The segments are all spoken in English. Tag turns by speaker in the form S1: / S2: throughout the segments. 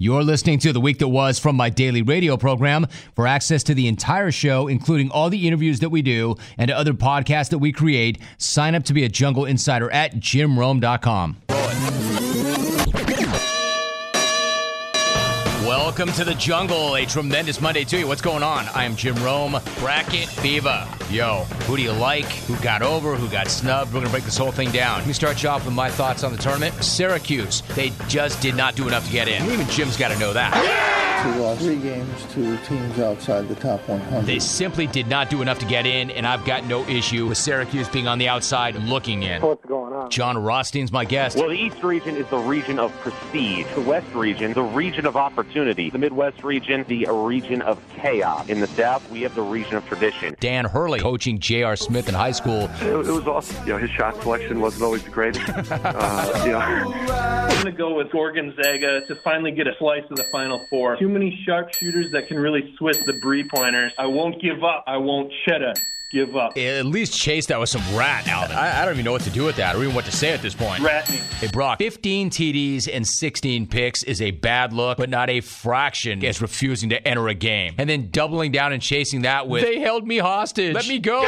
S1: You're listening to The Week That Was from my daily radio program. For access to the entire show, including all the interviews that we do and other podcasts that we create, sign up to be a Jungle Insider at jimrome.com. Welcome to the jungle. A tremendous Monday to you. What's going on? I am Jim Rome. Bracket Viva. Yo, who do you like? Who got over? Who got snubbed? We're going to break this whole thing down. Let me start you off with my thoughts on the tournament. Syracuse. They just did not do enough to get in. Even Jim's got to know that.
S2: We lost three games to teams outside the top 100.
S1: They simply did not do enough to get in, and I've got no issue with Syracuse being on the outside looking in.
S3: What's going on?
S1: John Rostein's my guest.
S4: Well, the East region is the region of prestige. The West region, the region of opportunity. The Midwest region, the region of chaos. In the South, we have the region of tradition.
S1: Dan Hurley coaching J.R. Smith in high school.
S5: It, it was awesome. You know, his shot selection wasn't always the greatest. uh, you know,
S6: I'm going to go with Gorgonzaga to finally get a slice of the Final Four. Too many sharpshooters that can really Swiss the Bree pointers. I won't give up. I won't cheddar. Give up.
S1: At least chase that with some rat, Alvin. I, I don't even know what to do with that or even what to say at this point.
S6: Rat me.
S1: Hey, Brock, 15 TDs and 16 picks is a bad look, but not a fraction is refusing to enter a game. And then doubling down and chasing that with, they held me hostage. Let me go.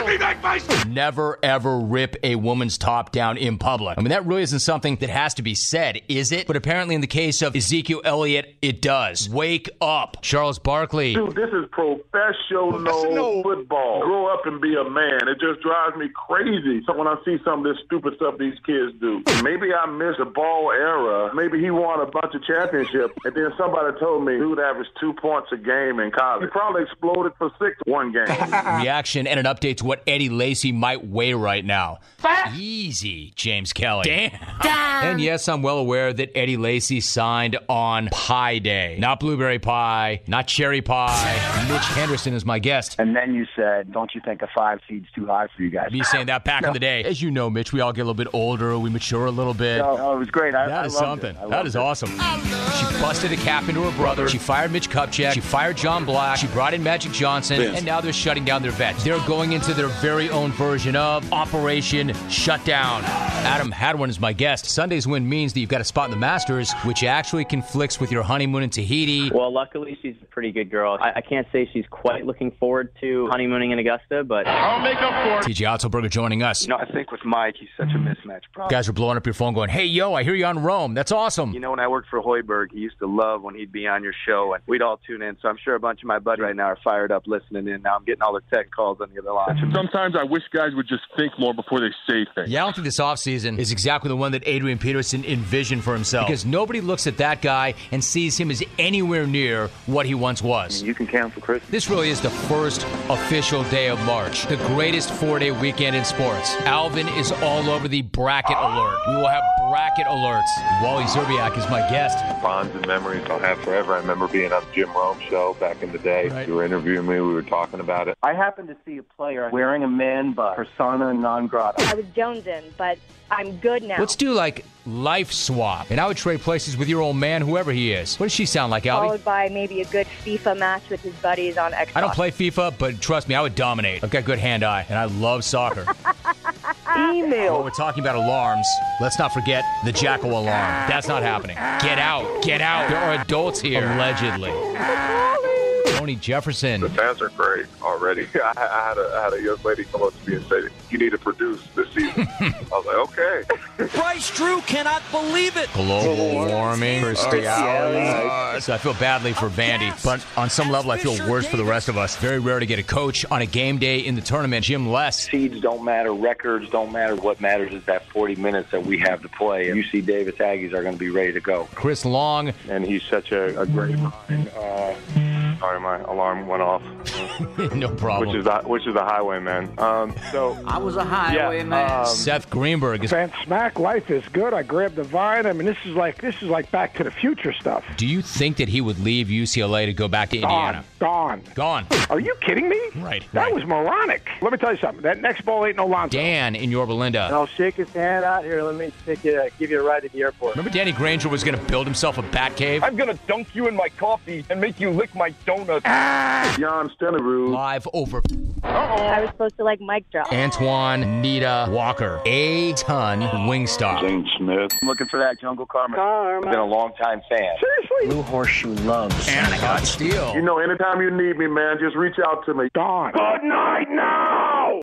S1: Never, ever rip a woman's top down in public. I mean, that really isn't something that has to be said, is it? But apparently, in the case of Ezekiel Elliott, it does. Wake up. Charles Barkley.
S7: Dude, this is professional, football. Grow up and be a man. It just drives me crazy So when I see some of this stupid stuff these kids do. Maybe I missed the ball era. Maybe he won a bunch of championships, and then somebody told me dude averaged two points a game in college. He probably exploded for six one game.
S1: reaction and an update to what Eddie Lacy might weigh right now. Easy, James Kelly. Damn. And yes, I'm well aware that Eddie Lacy signed on Pie Day. Not blueberry pie, not cherry pie. Mitch Henderson is my guest.
S8: And then you said, don't you think a five seed's too high for you guys?
S1: Me saying that back in the day. As you know, Mitch, we all get a little bit older, we mature a little bit.
S8: No, no, it was great. I,
S1: That
S8: I
S1: is
S8: loved
S1: something.
S8: It. I
S1: That
S8: loved
S1: is
S8: it.
S1: awesome. She busted a cap into her brother. She fired Mitch Kupchak. She fired John Black. She brought in Magic Johnson. And now they're shutting down their vets. They're going into their very own version of Operation Shutdown. Adam Hadwin is my guest. Sunday's win means that you've got a spot in the Masters, which actually conflicts with your honeymoon in Tahiti.
S9: Well, luckily she's a pretty good girl. I, I can't say she's quite looking forward to honeymooning in Augusta, but
S1: TJ Otzelberger joining us.
S5: I think with Mike, he's such a mismatch problem.
S1: Guys are blowing up your phone going, hey, yo, I hear you on Rome. That's awesome.
S5: You know, when I worked for Hoiberg, he used to love when he'd be on your show, and we'd all tune in. So I'm sure a bunch of my buddies right now are fired up listening in. Now I'm getting all the tech calls on the other line.
S7: Sometimes I wish guys would just think more before they say things.
S1: Yeah, I don't think this offseason is exactly the one that Adrian Peterson envisioned for himself. Because nobody looks at that guy and sees him as anywhere near what he once was.
S5: You can count for Christmas.
S1: This really is the first official day of March, the greatest four day weekend in sports. Alvin is all over the bracket alert. We will have bracket alerts. Wally Zerbiak is my guest.
S7: Bonds and memories I'll have forever. I remember being on the Jim Rome show back in the day.
S1: Right.
S7: You were interviewing me. We were talking about it.
S8: I happened to see a player wearing a man bun, persona non grata.
S10: I was Jonesing, but I'm good now.
S1: Let's do like life swap. And I would trade places with your old man, whoever he is. What does she sound like, Alvin?
S10: Followed by maybe a good FIFA match with his buddies on Xbox.
S1: I don't play FIFA, but trust me, I would dominate. I've got good hand eye, and I love soccer. Email. Well, we're talking about alarms. Let's not forget the jackal alarm. That's not happening. Get out. Get out. There are adults here. Allegedly. Tony Jefferson.
S7: Fans are great already. I, I, had a, I had a young lady come up to me and say, "You need to produce this season." I was like, "Okay."
S1: Global warming. Uh, so I feel badly for Vandy, but on some level, I feel worse for the rest of us. Very rare to get a coach on a game day in the tournament. Jim Less.
S8: Seeds don't matter, records don't matter. What matters is that 40 minutes that we have to play. And UC Davis Aggies are going to be ready to go.
S1: Chris Long.
S5: And he's such a, a great mind. Uh, sorry, my alarm went off.
S1: no problem.
S5: which is the which is the highwayman. Um, so I was a highwayman. Yeah, um,
S1: Seth Greenberg is
S3: Man, smack life is good. I grabbed the vine. I mean, this is like this is like Back to the Future stuff.
S1: Do you think that he would leave UCLA to go back to Indiana?
S3: Gone, gone.
S1: Gone.
S3: Are you kidding me?
S1: Right,
S3: That
S1: right.
S3: was moronic. Let me tell you something. That next ball ain't no Lonzo.
S1: Dan in Yorba Linda.
S6: I'll shake his hand out here. Let me take you, uh, give you a ride to the airport.
S1: Remember Danny Granger was going to build himself a bat cave?
S7: I'm gonna dunk you in my coffee and make you lick my donuts.
S5: Jan Stenerud.
S1: Live over
S10: I was supposed to like mic drop.
S1: Antoine Nita Walker, a ton Wingstop. Zane Smith.
S8: I'm looking for that Jungle Karma. Karma. I've been a long time fan. Seriously? Blue Horseshoe loves
S1: Anna Scott Steele.
S7: You know, anytime you need me, man, just reach out to me. Don.
S8: Good night now.